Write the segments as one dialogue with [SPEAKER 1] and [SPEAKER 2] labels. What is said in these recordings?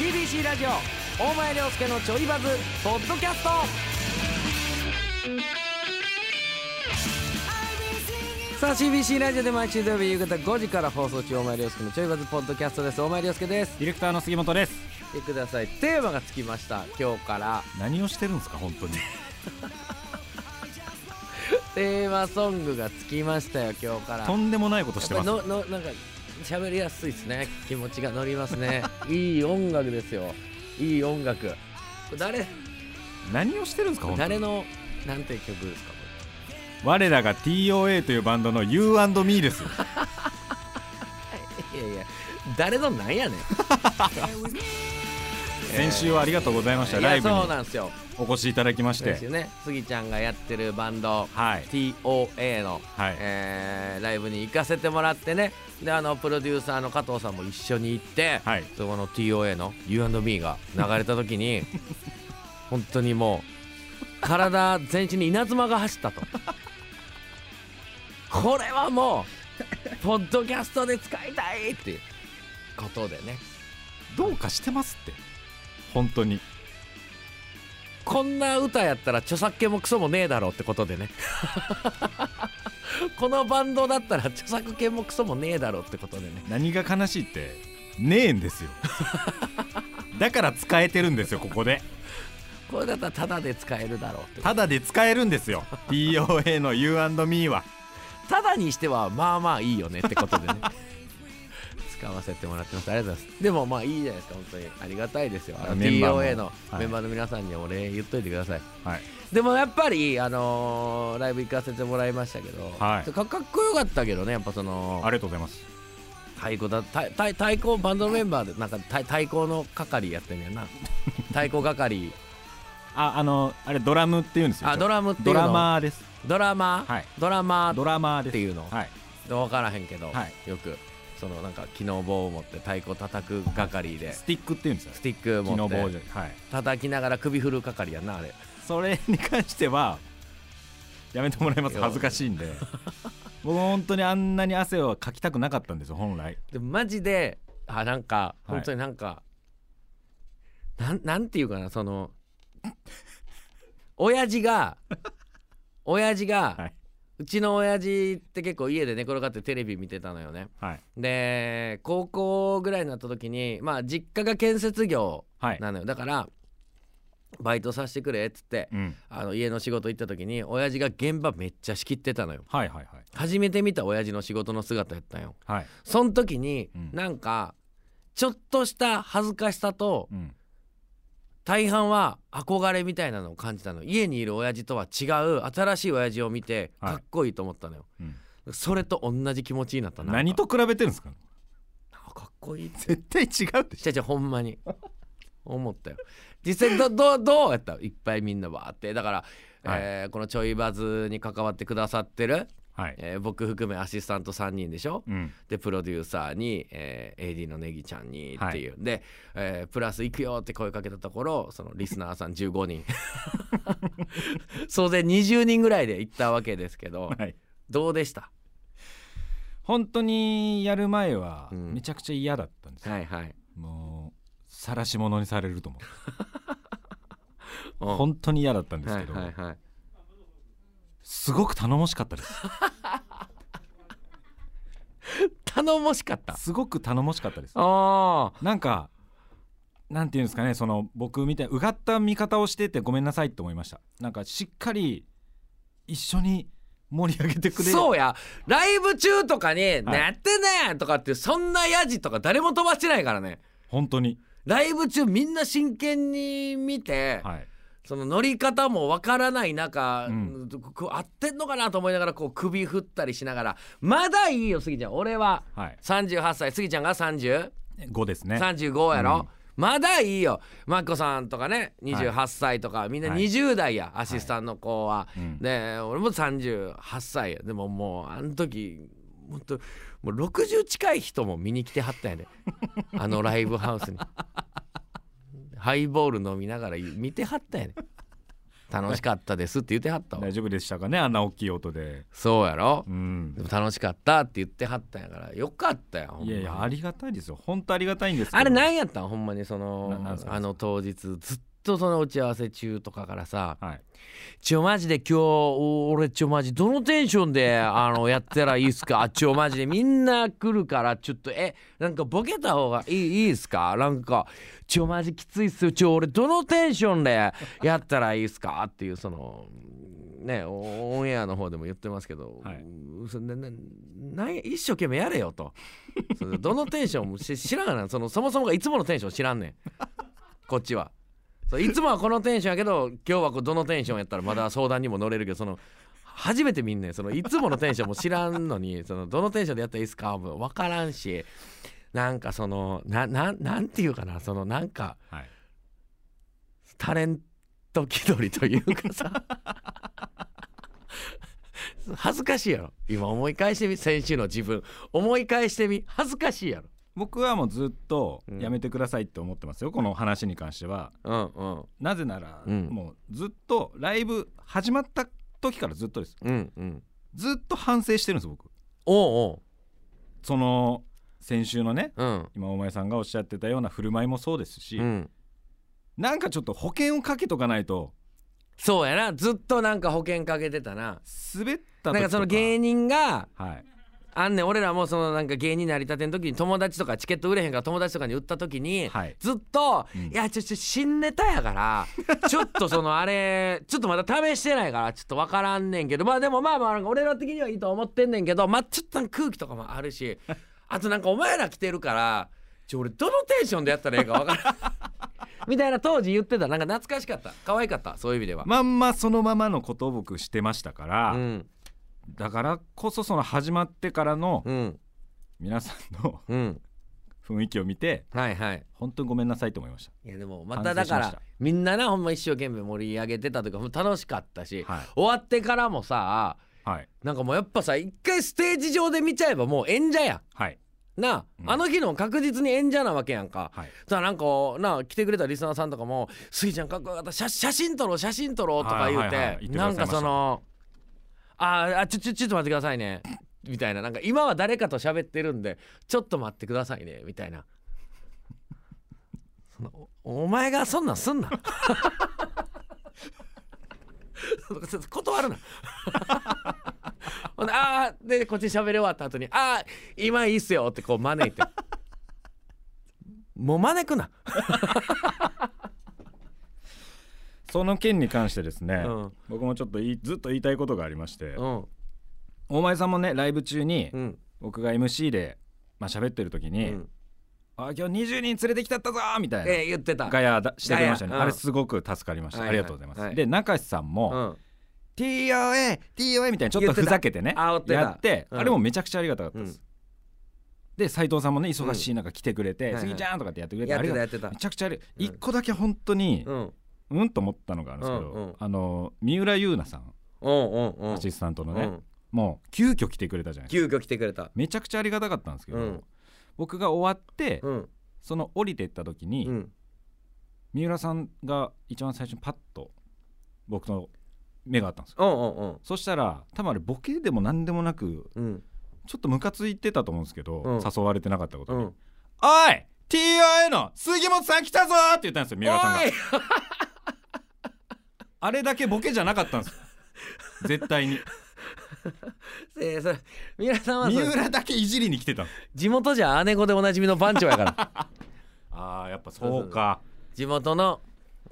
[SPEAKER 1] ABC ラジオ大前涼介のちょいバズポッドキャストさあ CBC ラジオで毎週土曜日夕方5時から放送中大前涼介のちょいバズポッドキャストです大前涼介です
[SPEAKER 2] ディレクターの杉本です
[SPEAKER 1] 見てくださいテーマがつきました今日から
[SPEAKER 2] 何をしてるんですか本当に
[SPEAKER 1] テーマソングがつきましたよ今日から
[SPEAKER 2] とんでもないことしてます
[SPEAKER 1] やっぱりののなんか喋りやすいですね気持ちが乗ります ねいい音楽ですよいい音楽これ誰
[SPEAKER 2] 何をしてるんですか本当
[SPEAKER 1] 誰
[SPEAKER 2] に
[SPEAKER 1] のなんていう曲ですかこ
[SPEAKER 2] 我らが TOA というバンドの U&Me ですよ
[SPEAKER 1] れいやいや誰のなんやねん
[SPEAKER 2] 先週はありがとうございました
[SPEAKER 1] い
[SPEAKER 2] ライ
[SPEAKER 1] や
[SPEAKER 2] ブに
[SPEAKER 1] そうなんですよ
[SPEAKER 2] お越しいただきまし
[SPEAKER 1] です
[SPEAKER 2] て
[SPEAKER 1] よねスギちゃんがやってるバンド
[SPEAKER 2] はい
[SPEAKER 1] TOA の、
[SPEAKER 2] はい
[SPEAKER 1] えーライブに行かせてもらってねであのプロデューサーの加藤さんも一緒に行って、
[SPEAKER 2] はい
[SPEAKER 1] そこの TOA の U&B が流れた時 に本当にもう体全身に稲妻が走った とこれはもうポッドキャストで使いたいっていうことでね
[SPEAKER 2] どうかしてますって本当に
[SPEAKER 1] こんな歌やったら著作権もクソもねえだろうってことでね このバンドだったら著作権もクソもねえだろうってことでね
[SPEAKER 2] 何が悲しいってねえんです よだから使えてるんですよここで
[SPEAKER 1] これだったらタダで使えるだろうって
[SPEAKER 2] ただで使えるんですよ TOA の U&Me は
[SPEAKER 1] ただにしてはまあまあいいよねってことでね 使わせてもらってますありがとうございますでもまあいいじゃないですか本当にありがたいですよあの
[SPEAKER 2] メンバーも
[SPEAKER 1] TOA の
[SPEAKER 2] はい
[SPEAKER 1] メンバーの皆さんにお礼言っといてください、
[SPEAKER 2] はい
[SPEAKER 1] でもやっぱり、あのーライブ行かせてもらいましたけど、
[SPEAKER 2] はい
[SPEAKER 1] かかっこよかったけどねやっぱその
[SPEAKER 2] ありがとうございます
[SPEAKER 1] 太鼓だ太太太鼓バンドのメンバーでなんか太太鼓の係やってんねん な太鼓係
[SPEAKER 2] ああのあれドラムっていうんですよ
[SPEAKER 1] あドラムっていう
[SPEAKER 2] ド
[SPEAKER 1] の
[SPEAKER 2] ラマーです
[SPEAKER 1] ドラマー、
[SPEAKER 2] はい
[SPEAKER 1] ドラマー
[SPEAKER 2] ドラマーです
[SPEAKER 1] っていうの
[SPEAKER 2] はい
[SPEAKER 1] 分からへんけど、
[SPEAKER 2] は
[SPEAKER 1] よくそのなんか木の棒を持って太鼓叩く係で
[SPEAKER 2] スティックっていうんですよ
[SPEAKER 1] スティック
[SPEAKER 2] 木
[SPEAKER 1] 持
[SPEAKER 2] の
[SPEAKER 1] っ
[SPEAKER 2] 棒
[SPEAKER 1] て
[SPEAKER 2] じゃはい
[SPEAKER 1] 叩きながら首振る係やんなあれ
[SPEAKER 2] それに関してはやめてもらいます恥ずかしいんで 僕本当にあんなに汗をかきたくなかったんですよ本来
[SPEAKER 1] でマジであなんか
[SPEAKER 2] はい
[SPEAKER 1] 本当になんか、なんなんていうかなその親父が親父が、
[SPEAKER 2] はいう
[SPEAKER 1] ちの親父って結構家で寝転がってテレビ見てたのよね
[SPEAKER 2] はい
[SPEAKER 1] で高校ぐらいになった時にまあ実家が建設業
[SPEAKER 2] はい
[SPEAKER 1] なのよだからバイトさせてくれっつって
[SPEAKER 2] うん
[SPEAKER 1] あの家の仕事行った時に親父が現場めっちゃ仕切ってたのよ
[SPEAKER 2] はいはいはい
[SPEAKER 1] 初めて見た親父の仕事の姿やったんよ
[SPEAKER 2] はい
[SPEAKER 1] その時に
[SPEAKER 2] うん
[SPEAKER 1] なんかちょっとした恥ずかしさと
[SPEAKER 2] うん
[SPEAKER 1] 大半は憧れみたいなのを感じたの家にいる親父とは違う新しい親父を見て
[SPEAKER 2] はい
[SPEAKER 1] かっこいいと思ったのよ、
[SPEAKER 2] うん
[SPEAKER 1] それと同じ気持ちになったな
[SPEAKER 2] 何と比べてるんですか
[SPEAKER 1] なんかかっこいいって
[SPEAKER 2] 絶対違うでし
[SPEAKER 1] ちゃちゃほんまに思ったよ実際どどどうやったいっぱいみんなわーってだから、えーこのちょいバズに関わってくださってる、
[SPEAKER 2] ょはい
[SPEAKER 1] えー僕含めアシスタント3人でしょ、
[SPEAKER 2] うん
[SPEAKER 1] でプロデューサーに、えー AD のネギちゃんにっていう、で、えープラス行くよって声かけたところそのリスナーさん15人 総勢20人ぐらいで行ったわけですけど
[SPEAKER 2] はい
[SPEAKER 1] どうでした
[SPEAKER 2] 本当にやる前は
[SPEAKER 1] うん
[SPEAKER 2] めちゃくちゃ嫌だったんですよ
[SPEAKER 1] はいはい、
[SPEAKER 2] もう晒し者にされると思う
[SPEAKER 1] うん
[SPEAKER 2] 本当に嫌だったんです
[SPEAKER 1] は
[SPEAKER 2] け
[SPEAKER 1] い
[SPEAKER 2] ど
[SPEAKER 1] はいはい
[SPEAKER 2] すごく頼もしかったです
[SPEAKER 1] 頼もしかった
[SPEAKER 2] すごく頼もしかったです
[SPEAKER 1] あ
[SPEAKER 2] なんかなんていうんですかねその僕みたいうがった見方をしててごめんなさいって思いましたなんかしっかり一緒に盛り上げてくれる
[SPEAKER 1] そうやライブ中とかに「なってね!」とかってそんなヤジとか誰も飛ばしてないからね
[SPEAKER 2] 本当に
[SPEAKER 1] ライブ中みんな真剣に見て、
[SPEAKER 2] はい
[SPEAKER 1] その乗り方もわからない中、
[SPEAKER 2] うん
[SPEAKER 1] こう合ってんのかなと思いながらこう首振ったりしながらまだいいよスギちゃん俺は
[SPEAKER 2] はい
[SPEAKER 1] 38歳スギちゃんが3035
[SPEAKER 2] 5ですね
[SPEAKER 1] やろ、まだいいよマッコさんとかね28歳とか、みんな
[SPEAKER 2] はい
[SPEAKER 1] 20代や、アシスタントの子は。
[SPEAKER 2] うん
[SPEAKER 1] で俺も38歳やでももうあの時ほんともう60近い人も見に来てはったんや であのライブハウスにハイボール飲みながら見てはったんやで楽しかったですって言っては ったわ
[SPEAKER 2] 大丈夫でしたかねあんな大きい音で
[SPEAKER 1] そうやろ
[SPEAKER 2] うん
[SPEAKER 1] でも楽しかったって言ってはったんやからよかったよほんまに
[SPEAKER 2] いやいやありがたいですよ本当ありがたいんですけど
[SPEAKER 1] あれ何やったんほんまにその
[SPEAKER 2] ななんすか
[SPEAKER 1] あの当日ずっとその打ち合わせ中とかからさ
[SPEAKER 2] はい
[SPEAKER 1] 「ちょマジで今日お俺ちょマジどのテンションであのやったらいいっすかあちょマジでみんな来るからちょっとえなんかボケた方がいいいいっすかなんかちょマジきついっすよちょ俺どのテンションでやったらいいっすか?」っていうその。ね、おオンエアの方でも言ってますけど、
[SPEAKER 2] はい
[SPEAKER 1] そなななんや一生懸命やれよとそれでどのテンションもし知らんがなそのそもそもがいつものテンション知らんねんこっちはそういつもはこのテンションやけど今日はこうどのテンションやったらまだ相談にも乗れるけどその初めて見んねんそのいつものテンションも知らんのにそのどのテンションでやったらいいっすかも分からんしなんかそのなななんていうかなそのなんか
[SPEAKER 2] はい
[SPEAKER 1] タレント気取りというかさ 恥ずかしいやろ今思い返してみ先週の自分思い返してみ恥ずかしいやろ
[SPEAKER 2] 僕はもうずっと
[SPEAKER 1] うん
[SPEAKER 2] やめてくださいって思ってますよ、この話に関しては
[SPEAKER 1] うんうん
[SPEAKER 2] なぜなら、
[SPEAKER 1] うん
[SPEAKER 2] もうずっとライブ始まった時からずっとです
[SPEAKER 1] うんうん
[SPEAKER 2] ずっと反省してるんです僕
[SPEAKER 1] おう
[SPEAKER 2] その先週のね
[SPEAKER 1] おううん
[SPEAKER 2] 今お前さんがおっしゃってたような振る舞いもそうですし、
[SPEAKER 1] うん
[SPEAKER 2] なんかちょっと保険をかけとかないと
[SPEAKER 1] そうやなずっとなんか保険かけてたな
[SPEAKER 2] 滑った時と
[SPEAKER 1] な
[SPEAKER 2] か
[SPEAKER 1] んかその芸人が
[SPEAKER 2] はい
[SPEAKER 1] あんねん俺らもそのなんか芸人になりたての時に友達とかチケット売れへんから友達とかに売った時に、
[SPEAKER 2] はい
[SPEAKER 1] ずっと、
[SPEAKER 2] うん
[SPEAKER 1] いやちょちょ新ネタやから ちょっとそのあれちょっとまだ試してないからちょっと分からんねんけどまあでもまあまあなんか俺ら的にはいいと思ってんねんけどまあちょっとなんか空気とかもあるしあとなんかお前ら来てるからちょ俺どのテンションでやったらええか分 からんみたいな当時言ってたなんか懐かしかった可愛かったそういう意味では。
[SPEAKER 2] まんまそのままのことを僕してましたから、
[SPEAKER 1] うん
[SPEAKER 2] だからこそその始まってからの
[SPEAKER 1] うん
[SPEAKER 2] 皆さんの
[SPEAKER 1] うん
[SPEAKER 2] 雰囲気を見て
[SPEAKER 1] はいはい。
[SPEAKER 2] 本当にごめんなさいと思いまし
[SPEAKER 1] いやでもまただ
[SPEAKER 2] 反省し
[SPEAKER 1] か
[SPEAKER 2] まし
[SPEAKER 1] ら
[SPEAKER 2] た
[SPEAKER 1] みんななほんま一生懸命盛り上げてたというかもう楽しかったし、
[SPEAKER 2] たは
[SPEAKER 1] 終わってからもさ
[SPEAKER 2] いはい
[SPEAKER 1] なんかもうやっぱさ一回ステージ上で見ちゃえばもう演者や
[SPEAKER 2] はい
[SPEAKER 1] なあ,、
[SPEAKER 2] うん
[SPEAKER 1] あの日の確実に演者なわけやんか。
[SPEAKER 2] はい
[SPEAKER 1] だからなんかなあ来てくれたリスナーさんとかも「スギちゃんかっこよかった写写真撮ろう写真撮ろう」とか言うて,、
[SPEAKER 2] はいはいはい言ってく
[SPEAKER 1] な
[SPEAKER 2] ださい
[SPEAKER 1] んかその「あーあちょちょちょっと待ってくださいね」みたいななんか今は誰かと喋ってるんで「ちょっと待ってくださいね」みたいなそのおお前がそんなんすんな 断るなほんであーでこっち喋り終わった後に「あー今いいっすよ」ってこう招いてもう招くな、
[SPEAKER 2] その件に関してですね、
[SPEAKER 1] うん
[SPEAKER 2] 僕もちょっといずっと言いたいことがありまして、
[SPEAKER 1] うん
[SPEAKER 2] 大前さんもねライブ中に
[SPEAKER 1] うん
[SPEAKER 2] 僕が MC でまあ喋ってる時
[SPEAKER 1] う
[SPEAKER 2] に
[SPEAKER 1] ん
[SPEAKER 2] 「あ今日20人連れてきたったぞ!」みたいな、
[SPEAKER 1] えー言ってた
[SPEAKER 2] ガヤだしてくれましたね、
[SPEAKER 1] ガヤうん
[SPEAKER 2] あれすごく助かりました、
[SPEAKER 1] はい
[SPEAKER 2] ありがとうございます、
[SPEAKER 1] はい
[SPEAKER 2] で中志さん
[SPEAKER 1] う
[SPEAKER 2] も
[SPEAKER 1] ん
[SPEAKER 2] 「TOA!TOA!」みたいなちょっとふざけてね
[SPEAKER 1] 言ってた煽ってた
[SPEAKER 2] やって、
[SPEAKER 1] うん
[SPEAKER 2] あれもめちゃくちゃありがたかったです、で斉藤さんもね忙しい中来てくれて
[SPEAKER 1] うん
[SPEAKER 2] 「杉ちゃん!」とかってやってくれて、
[SPEAKER 1] やって
[SPEAKER 2] あ
[SPEAKER 1] た
[SPEAKER 2] りが
[SPEAKER 1] やってた
[SPEAKER 2] めちゃくちゃあり
[SPEAKER 1] うん
[SPEAKER 2] 一個だけ本当に
[SPEAKER 1] うんうん
[SPEAKER 2] うん、と思ったのがあるんですけど、
[SPEAKER 1] うんうん
[SPEAKER 2] あの三浦優奈さん
[SPEAKER 1] うんうん
[SPEAKER 2] アシスタントのね、
[SPEAKER 1] うん
[SPEAKER 2] もう急遽来てくれたじゃないですか
[SPEAKER 1] 急遽来てくれた
[SPEAKER 2] めちゃくちゃありがたかったんですけど、
[SPEAKER 1] うん
[SPEAKER 2] 僕が終わって、
[SPEAKER 1] うん
[SPEAKER 2] その降りてった時に、
[SPEAKER 1] うん
[SPEAKER 2] 三浦さんが一番最初にパッと僕の目があったんですよ
[SPEAKER 1] うんうんうん
[SPEAKER 2] そしたら多分あれボケでも何でもなく
[SPEAKER 1] うん
[SPEAKER 2] ちょっとムカついてたと思うんですけど、
[SPEAKER 1] うん
[SPEAKER 2] 誘われてなかったこと
[SPEAKER 1] う
[SPEAKER 2] に「
[SPEAKER 1] ん
[SPEAKER 2] おい TIA の杉本さん来たぞ!」って言ったんですよ三浦さんが
[SPEAKER 1] おい
[SPEAKER 2] あれだけボケじゃなかったんですよ絶 対に
[SPEAKER 1] えーそれ皆さんはそ
[SPEAKER 2] 三
[SPEAKER 1] れ
[SPEAKER 2] 浦だけいじりに来てたの
[SPEAKER 1] 地元じゃ姉子でおなじみの番長やから
[SPEAKER 2] あーやっぱそうか
[SPEAKER 1] 地元の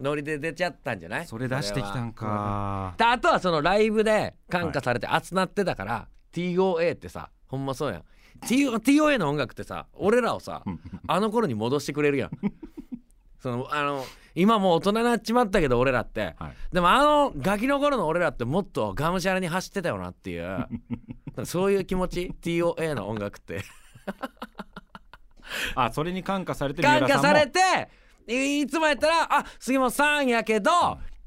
[SPEAKER 1] ノリで出ちゃったんじゃない
[SPEAKER 2] それ出してきたん
[SPEAKER 1] それは
[SPEAKER 2] か
[SPEAKER 1] であとはそのライブで感化されて熱なってたから、TOA ってさほんまそうやん T- TOA の音楽ってさ俺らをさ
[SPEAKER 2] うん
[SPEAKER 1] あの頃に戻してくれるやん そのあの今もう大人になっちまったけど俺らって
[SPEAKER 2] はい
[SPEAKER 1] でもあのガキの頃の俺らってもっとがむしゃらに走ってたよなっていう なんかそういう気持ち TOA の音楽っ て
[SPEAKER 2] あそれに感化されて三
[SPEAKER 1] 感
[SPEAKER 2] 浦
[SPEAKER 1] 化
[SPEAKER 2] さんも
[SPEAKER 1] されていいつもやったらあ杉本さんやけど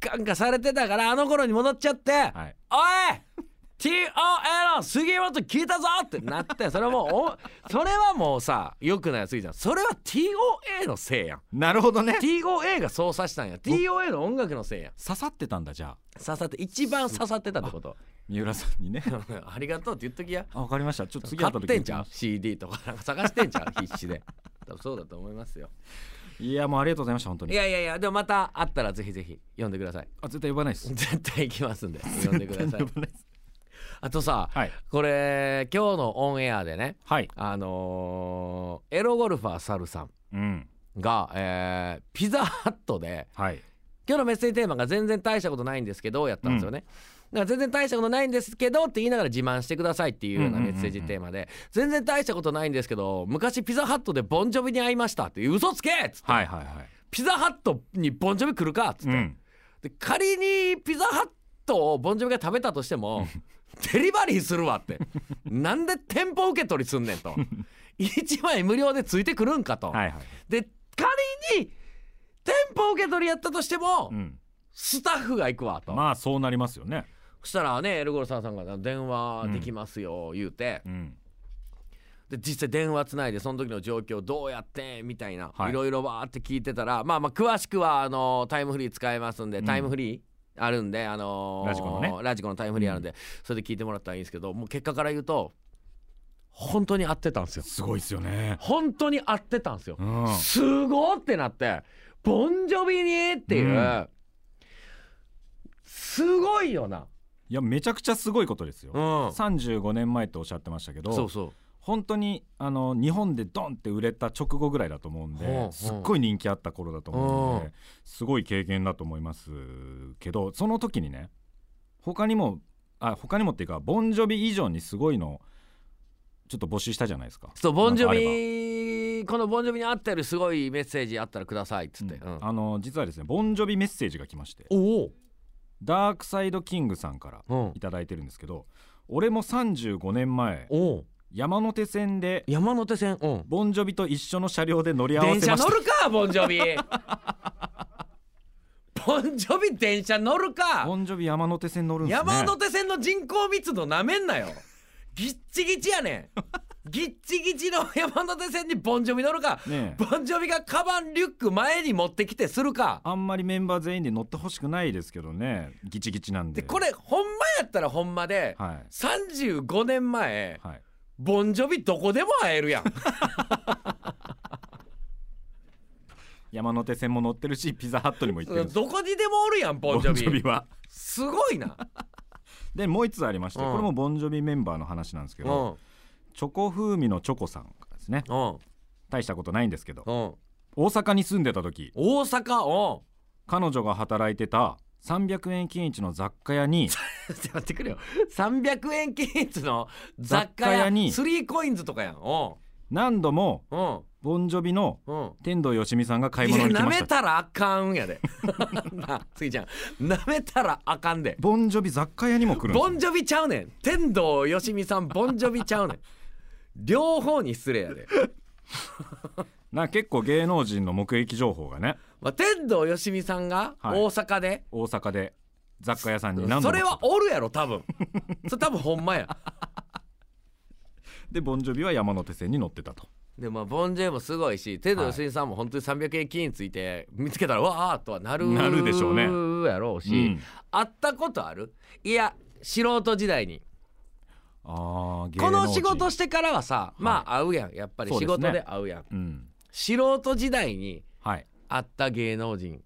[SPEAKER 1] 感化されてたからあの頃に戻っちゃって、
[SPEAKER 2] はい
[SPEAKER 1] おい TOL 杉本聞いたぞってなってそれはもうおそれはもうさよくないやついじゃんそれは TOA のせいやん
[SPEAKER 2] なるほどね
[SPEAKER 1] TOA がそうさしたんや TOA の音楽のせいやん
[SPEAKER 2] 刺さってたんだじゃあ
[SPEAKER 1] 刺さって一番刺さってたってこと
[SPEAKER 2] 三浦さんにね
[SPEAKER 1] ありがとうって言っときや
[SPEAKER 2] あわかりましたちょっと次会
[SPEAKER 1] 買
[SPEAKER 2] った
[SPEAKER 1] っ
[SPEAKER 2] 時
[SPEAKER 1] てんじゃん CD とかなんか探してんじゃん 必死で多分そうだと思いますよ
[SPEAKER 2] いやもうありがとうございました本当
[SPEAKER 1] い
[SPEAKER 2] に
[SPEAKER 1] やいやいやでもまたあったらぜひぜひ読んでください
[SPEAKER 2] あ絶対呼ばないです
[SPEAKER 1] 絶対行きますんで読んでくださ い
[SPEAKER 2] 呼ばないです
[SPEAKER 1] あとさ
[SPEAKER 2] はい
[SPEAKER 1] これ今日のオンエアでね
[SPEAKER 2] はい
[SPEAKER 1] あのーエロゴルファーサルさん
[SPEAKER 2] うん
[SPEAKER 1] が、えーピザハットで
[SPEAKER 2] はい
[SPEAKER 1] 今日のメッセージテーマが全然大したことないんですけどやったんですよね。だから全然大したことないんですけどって言いながら自慢してくださいっていうようなメッセージテーマで、全然大したことないんですけど昔ピザハットでボンジョビに会いましたっていう嘘つけっつって、
[SPEAKER 2] はいはいはい
[SPEAKER 1] ピザハットにボンジョビ来るかっつって、
[SPEAKER 2] うん
[SPEAKER 1] で仮にピザハットをボンジョビが食べたとしてもデリバリーするわってなんで店舗受け取りすんねんと1枚無料でついてくるんかと、
[SPEAKER 2] はいはい
[SPEAKER 1] で仮に店舗受け取りやったとしても、
[SPEAKER 2] うん
[SPEAKER 1] スタッフが行くわと、
[SPEAKER 2] まあそうなりますよね
[SPEAKER 1] そしたらねエルゴルサーさんが電話できますよ言うて、
[SPEAKER 2] うん
[SPEAKER 1] で実際電話つないでその時の状況どうやってみたいな、
[SPEAKER 2] はい
[SPEAKER 1] いろいろわーって聞いてたらまあまあ詳しくはあのタイムフリー使えますんで、
[SPEAKER 2] うん
[SPEAKER 1] タイムフリーあるんで、あのー
[SPEAKER 2] ラジコのね
[SPEAKER 1] ラジコのタイムフリーあるんで、それで聞いてもらったらいいんですけどもう結果から言うと本当に合ってたんですよ
[SPEAKER 2] すごいですよね
[SPEAKER 1] 本当に合ってたんですよ、
[SPEAKER 2] うん
[SPEAKER 1] すごってなってボンジョビにっていう、
[SPEAKER 2] うん
[SPEAKER 1] すごいよな、
[SPEAKER 2] いやめちゃくちゃすごいことですよ
[SPEAKER 1] うん、
[SPEAKER 2] 35年前とおっしゃってましたけど
[SPEAKER 1] そうそう
[SPEAKER 2] 本当にあの日本でドンって売れた直後ぐらいだと思うんで、
[SPEAKER 1] うんうん
[SPEAKER 2] すっごい人気あった頃だと思うんで、
[SPEAKER 1] うん
[SPEAKER 2] すごい経験だと思いますけどその時にね他にもあ他にもっていうかボンジョビ以上にすごいのちょっと募集したじゃないですか。
[SPEAKER 1] そうボンジョ
[SPEAKER 2] なんかあれば
[SPEAKER 1] ビこのボンジョビに合ってるすごいメッセージあったらくださいっつって、
[SPEAKER 2] うんあの実はですねボンジョビメッセージが来まして
[SPEAKER 1] お
[SPEAKER 2] ダークサイドキングさんから
[SPEAKER 1] お、
[SPEAKER 2] いただいてるんですけど俺も35年前
[SPEAKER 1] おお
[SPEAKER 2] 山手線で
[SPEAKER 1] 山手線、うん、
[SPEAKER 2] ボンジョビと一緒の車両で乗り合わせま
[SPEAKER 1] 電
[SPEAKER 2] した
[SPEAKER 1] 車乗るかボンジョビ ボンジョビ電車乗るか
[SPEAKER 2] ボンジョビ山手線乗るんですね
[SPEAKER 1] 山手線の人口密度なめんなよギッチギチやね んギッチギチの山手線にボンジョビ乗るか
[SPEAKER 2] ねえ
[SPEAKER 1] ボンジョビがカバンリュック前に持ってきてするか
[SPEAKER 2] あんまりメンバー全員で乗ってほしくないですけどねギチギチなんで
[SPEAKER 1] でこれほんまやったらほんまで
[SPEAKER 2] はい
[SPEAKER 1] 35年前、
[SPEAKER 2] はい
[SPEAKER 1] ボンジョビどこでも会え るやん
[SPEAKER 2] 山手線も乗ってるしピザハットにも行ってるんです
[SPEAKER 1] どこにでもおるやんボンジョビ
[SPEAKER 2] は
[SPEAKER 1] すごいな、
[SPEAKER 2] でもう一つありまして、
[SPEAKER 1] うん
[SPEAKER 2] これもボンジョビメンバーの話なんですけ
[SPEAKER 1] う
[SPEAKER 2] ど、
[SPEAKER 1] ん
[SPEAKER 2] チョコ風味のチョコさんからですね
[SPEAKER 1] うん
[SPEAKER 2] 大したことないんですけど
[SPEAKER 1] うん
[SPEAKER 2] 大阪に住んでた時
[SPEAKER 1] 大 阪
[SPEAKER 2] 彼女が働いてた300円均一の雑貨屋 に
[SPEAKER 1] うんちょっと待ってくれよ300円均一の雑貨
[SPEAKER 2] 雑貨
[SPEAKER 1] 屋
[SPEAKER 2] 屋に
[SPEAKER 1] スリーコインズとかやんう
[SPEAKER 2] 何度も
[SPEAKER 1] んうん
[SPEAKER 2] ボンジョビの
[SPEAKER 1] うん
[SPEAKER 2] 天童よしみさんが買い
[SPEAKER 1] いや
[SPEAKER 2] 物に来
[SPEAKER 1] な
[SPEAKER 2] まし
[SPEAKER 1] め
[SPEAKER 2] た
[SPEAKER 1] たらあかんやで なあ次ちゃんなめたらあかんで
[SPEAKER 2] ボンジョビ雑貨屋にも来るんです
[SPEAKER 1] ボ
[SPEAKER 2] よ
[SPEAKER 1] ンジョビちゃうねん天童よしみさんボンジョビちゃうねん両方に失礼やで、
[SPEAKER 2] な結構芸能人の目撃情報がね
[SPEAKER 1] まあ、天童よしみさんが
[SPEAKER 2] はい
[SPEAKER 1] 大阪で、
[SPEAKER 2] 大阪で雑貨屋さんに何度
[SPEAKER 1] そ
[SPEAKER 2] も来
[SPEAKER 1] れ
[SPEAKER 2] た
[SPEAKER 1] はおるやろ多分 それ多分ほんまや
[SPEAKER 2] でボンジョビは山手線に乗ってたと
[SPEAKER 1] でもまあボンジェイもすごいしテドヨシンさんも本当に300円金について見つけたらわあとはなる
[SPEAKER 2] なるでしょうね
[SPEAKER 1] やろうし、
[SPEAKER 2] うん
[SPEAKER 1] 会ったことあるいや素人時代に
[SPEAKER 2] あー芸
[SPEAKER 1] こ
[SPEAKER 2] 能人
[SPEAKER 1] の仕事してからはさまあ会うやんやっぱり
[SPEAKER 2] そう
[SPEAKER 1] 仕
[SPEAKER 2] ですね
[SPEAKER 1] 事で会うやん
[SPEAKER 2] うん
[SPEAKER 1] 素人時代に
[SPEAKER 2] はい
[SPEAKER 1] 会った芸能人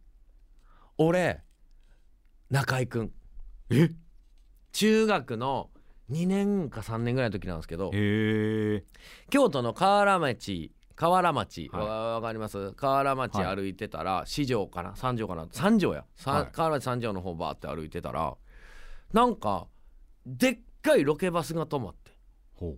[SPEAKER 1] 俺中居君
[SPEAKER 2] え
[SPEAKER 1] 中学の2年か3年ぐらいの時なんですけど
[SPEAKER 2] へえ
[SPEAKER 1] 京都の河原町河原町、
[SPEAKER 2] はい
[SPEAKER 1] わわかります河原町
[SPEAKER 2] はい
[SPEAKER 1] 歩いてたら、四条かな三条かな三条や、さ
[SPEAKER 2] はい
[SPEAKER 1] 河原町三条の方バーって歩いてたらなんかでっかいロケバスが止まって
[SPEAKER 2] ほ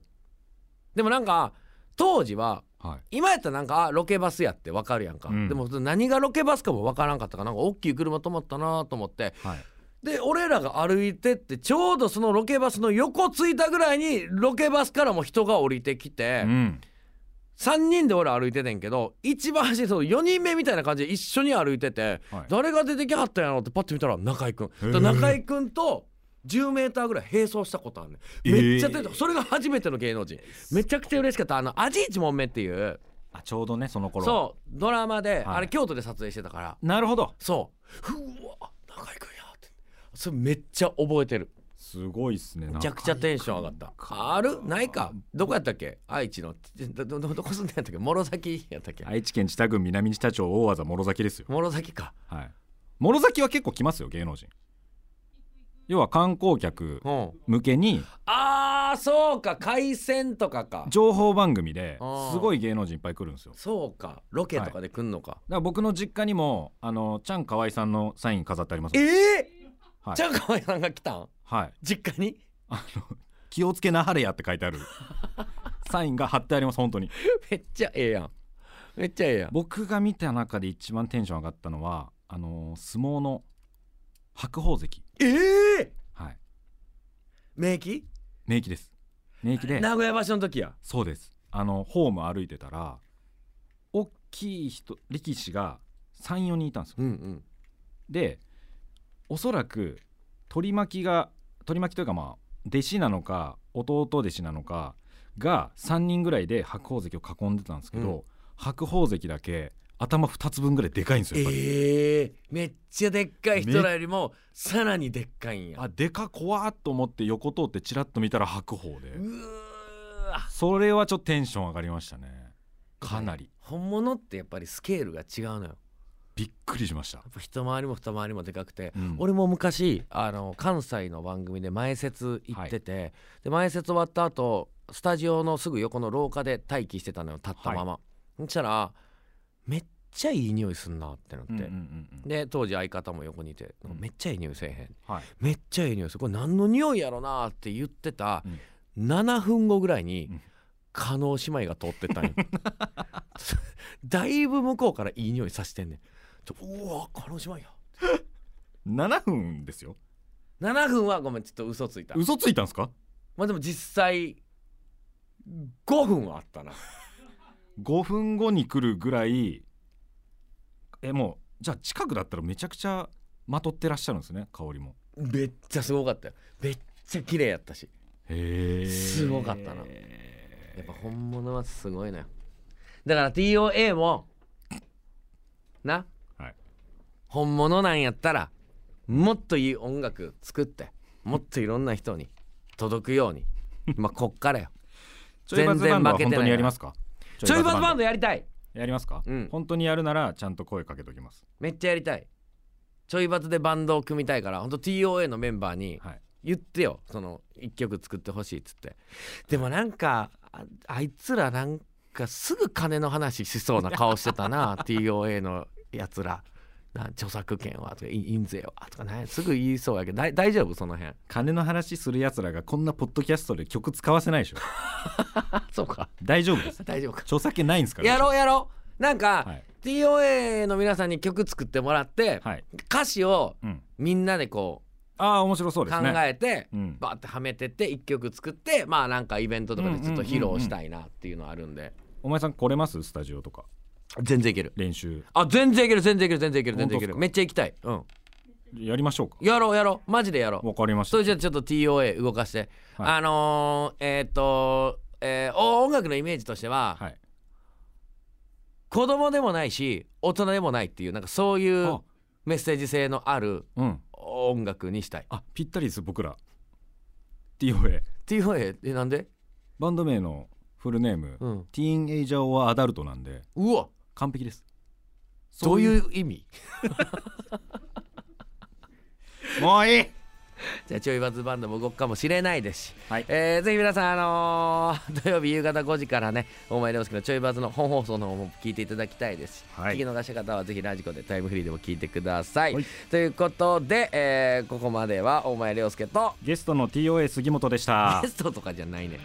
[SPEAKER 1] でもなんか当時は
[SPEAKER 2] うはい
[SPEAKER 1] 今やったらなんかあロケバスやってわかるやんか、
[SPEAKER 2] うん
[SPEAKER 1] でも何がロケバスかもわからんかったからなんか大きい車止まったなと思って
[SPEAKER 2] はい
[SPEAKER 1] で俺らが歩いてってちょうどそのロケバスの横着いたぐらいにロケバスからも人が降りてきて。
[SPEAKER 2] うん
[SPEAKER 1] 3人で俺歩いててんけど一番端にその4人目みたいな感じで一緒に歩いてて、
[SPEAKER 2] はい
[SPEAKER 1] 誰が出てきはったんやろってパッて見たら中居君
[SPEAKER 2] へー
[SPEAKER 1] だから中居君と10メーターぐらい並走したことあるね
[SPEAKER 2] えー
[SPEAKER 1] めっちゃ出た、それが初めての芸能人めちゃくちゃ嬉しかったあの「アジイチモンメ」っていう
[SPEAKER 2] あちょうどねその頃
[SPEAKER 1] そうドラマで、
[SPEAKER 2] はい
[SPEAKER 1] あれ京都で撮影してたから
[SPEAKER 2] なるほど
[SPEAKER 1] そう「ふわ中居君や」ってそれめっちゃ覚えてる
[SPEAKER 2] すごいっすね
[SPEAKER 1] めちゃくちゃテンション上がったあるないかどこやったっけ愛知のどどどどこ住んでんやったっけ諸崎やったっけ
[SPEAKER 2] 愛知県知多郡南知多町大和諸崎ですよ
[SPEAKER 1] 諸崎か
[SPEAKER 2] はい諸崎は結構来ますよ芸能人要は観光客
[SPEAKER 1] うん
[SPEAKER 2] 向けに
[SPEAKER 1] あーそうか海鮮とかか
[SPEAKER 2] 情報番組で
[SPEAKER 1] あー
[SPEAKER 2] すごい芸能人いっぱい来るんですよだか
[SPEAKER 1] そうかロケとかで来んのか、
[SPEAKER 2] ら僕の実家にもあのちゃんかわいさんのサイン飾ってあります
[SPEAKER 1] ええー
[SPEAKER 2] はい
[SPEAKER 1] じゃあ河合さんが来たん
[SPEAKER 2] はい
[SPEAKER 1] 実家に
[SPEAKER 2] あの気をつけなはれやって書いてあるサインが貼ってあります本当に
[SPEAKER 1] めっちゃええやんめっちゃええやん
[SPEAKER 2] 僕が見た中で一番テンション上がったのはあのー相撲の白鵬関
[SPEAKER 1] ええ
[SPEAKER 2] はい
[SPEAKER 1] 名義
[SPEAKER 2] 名駅です名駅で
[SPEAKER 1] 名古屋場所の時や
[SPEAKER 2] そうですあのホーム歩いてたら大きい人力士が34人いたんですよ
[SPEAKER 1] うんうん
[SPEAKER 2] でおそらく取り巻きが取り巻きというかまあ弟子なのか弟弟子なのかが3人ぐらいで白鵬関を囲んでたんですけど、
[SPEAKER 1] うん
[SPEAKER 2] 白鵬関だけ頭2つ分ぐらいでかいんですよやっぱり、
[SPEAKER 1] ええめっちゃでっかい人らよりもさらにでっかいんや
[SPEAKER 2] あでか怖っと思って横通ってチラッと見たら白鵬で
[SPEAKER 1] うーわ
[SPEAKER 2] それはちょっとテンション上がりましたねかなり
[SPEAKER 1] 本物ってやっぱりスケールが違うのよ
[SPEAKER 2] びっくりしました
[SPEAKER 1] やっぱ一回りも二回りもでかくて、
[SPEAKER 2] うん
[SPEAKER 1] 俺も昔あの関西の番組で前説行ってて、で前説終わった後スタジオのすぐ横の廊下で待機してたのよ立ったまま、そしたらめっちゃいい匂いすんなってなって、
[SPEAKER 2] うんうんうんうん
[SPEAKER 1] で当時相方も横にいて、
[SPEAKER 2] うん
[SPEAKER 1] めっちゃいい匂いせえへん
[SPEAKER 2] はい
[SPEAKER 1] めっちゃいい匂いするこれ何の匂いやろなって言ってた
[SPEAKER 2] うん
[SPEAKER 1] 7分後ぐらいに
[SPEAKER 2] うん
[SPEAKER 1] 加納姉妹が通ってったんよ だいぶ向こうからいい匂いさしてんねんちょうわ加納姉妹や
[SPEAKER 2] 7分ですよ
[SPEAKER 1] 7分はごめんちょっと嘘ついた
[SPEAKER 2] 嘘ついたんですか
[SPEAKER 1] まあでも実際5分はあったな
[SPEAKER 2] 5分後に来るぐらいえもうじゃあ近くだったらめちゃくちゃまとってらっしゃるんですね香りも
[SPEAKER 1] めっちゃすごかったよめっちゃ綺麗やったし
[SPEAKER 2] へえ
[SPEAKER 1] すごかったなやっぱ本物はすごいのよだから TOA もな、
[SPEAKER 2] はい
[SPEAKER 1] 本物なんやったらもっといい音楽作ってもっといろんな人に届くようにまあこっからよ
[SPEAKER 2] ちょいバズバンドは
[SPEAKER 1] 全然負けてない
[SPEAKER 2] 本当にやりますか
[SPEAKER 1] ちょいバズバン
[SPEAKER 2] ド
[SPEAKER 1] ドやりたい
[SPEAKER 2] やりますか、
[SPEAKER 1] うん
[SPEAKER 2] 本当にやるならちゃんと声かけときます
[SPEAKER 1] めっちゃやりたいちょいバズでバンドを組みたいからほんと TOA のメンバーに
[SPEAKER 2] はい
[SPEAKER 1] 言ってよその1曲作ってほしいっつってでもなんかああいつらなんかすぐ金の話しそうな顔してたな TOA のやつらな著作権はとかい印税はとかねすぐ言いそうやけどだい大丈夫その辺
[SPEAKER 2] 金の話するやつらがこんなポッドキャストで曲使わせないでしょ
[SPEAKER 1] あそうか
[SPEAKER 2] 大丈夫で す
[SPEAKER 1] 大丈夫か
[SPEAKER 2] 著作権ないんですから
[SPEAKER 1] やろうやろうなんか、
[SPEAKER 2] はい
[SPEAKER 1] TOA の皆さんに曲作ってもらって、
[SPEAKER 2] はい、
[SPEAKER 1] 歌詞を
[SPEAKER 2] うん、
[SPEAKER 1] みんなでこ
[SPEAKER 2] ああ面白そう
[SPEAKER 1] う
[SPEAKER 2] です
[SPEAKER 1] 考
[SPEAKER 2] ね
[SPEAKER 1] えて
[SPEAKER 2] うん、
[SPEAKER 1] バーってはめてって1曲作ってまあなんかイベントとかでちょっと披露したいなっていうのはあるんで、
[SPEAKER 2] お前さん来れますスタジオとか
[SPEAKER 1] 全然いける
[SPEAKER 2] 練習
[SPEAKER 1] あ全然いける全然いける全然いける全然いけ
[SPEAKER 2] 本当っす
[SPEAKER 1] る
[SPEAKER 2] か
[SPEAKER 1] めっちゃ行きたいうん
[SPEAKER 2] やりましょうか
[SPEAKER 1] やろうやろうマジでやろう
[SPEAKER 2] わかりまし
[SPEAKER 1] そ
[SPEAKER 2] た
[SPEAKER 1] れじゃあちょっと TOA 動かして、
[SPEAKER 2] はい
[SPEAKER 1] あのー、えっ、とえーお音楽のイメージとしては、
[SPEAKER 2] はい
[SPEAKER 1] 子供でもないし大人でもないっていうなんかそういう
[SPEAKER 2] あ
[SPEAKER 1] メッセージ性のある
[SPEAKER 2] うん
[SPEAKER 1] 音楽にしたい
[SPEAKER 2] あぴったりです僕ら TOA
[SPEAKER 1] TOA えなんで
[SPEAKER 2] バンド名のフルネーム、
[SPEAKER 1] うん
[SPEAKER 2] ティーンエイジャーはアダルトなんで
[SPEAKER 1] うわ
[SPEAKER 2] 完璧です
[SPEAKER 1] どういうう意味
[SPEAKER 2] もういい
[SPEAKER 1] じゃあちょいバズバンドも動くかもしれないですし
[SPEAKER 2] はい
[SPEAKER 1] えーぜひ皆さん、あのー土曜日夕方5時からね、大前涼介のちょいバズの本放送の方も聞いていただきたいですし、
[SPEAKER 2] はい
[SPEAKER 1] 聞き逃した方はぜひラジコでタイムフリーでも聞いてください。
[SPEAKER 2] はい
[SPEAKER 1] ということで、えーここまでは大前涼介と
[SPEAKER 2] ゲストの TOA 杉本でした
[SPEAKER 1] ゲストとかじゃないね。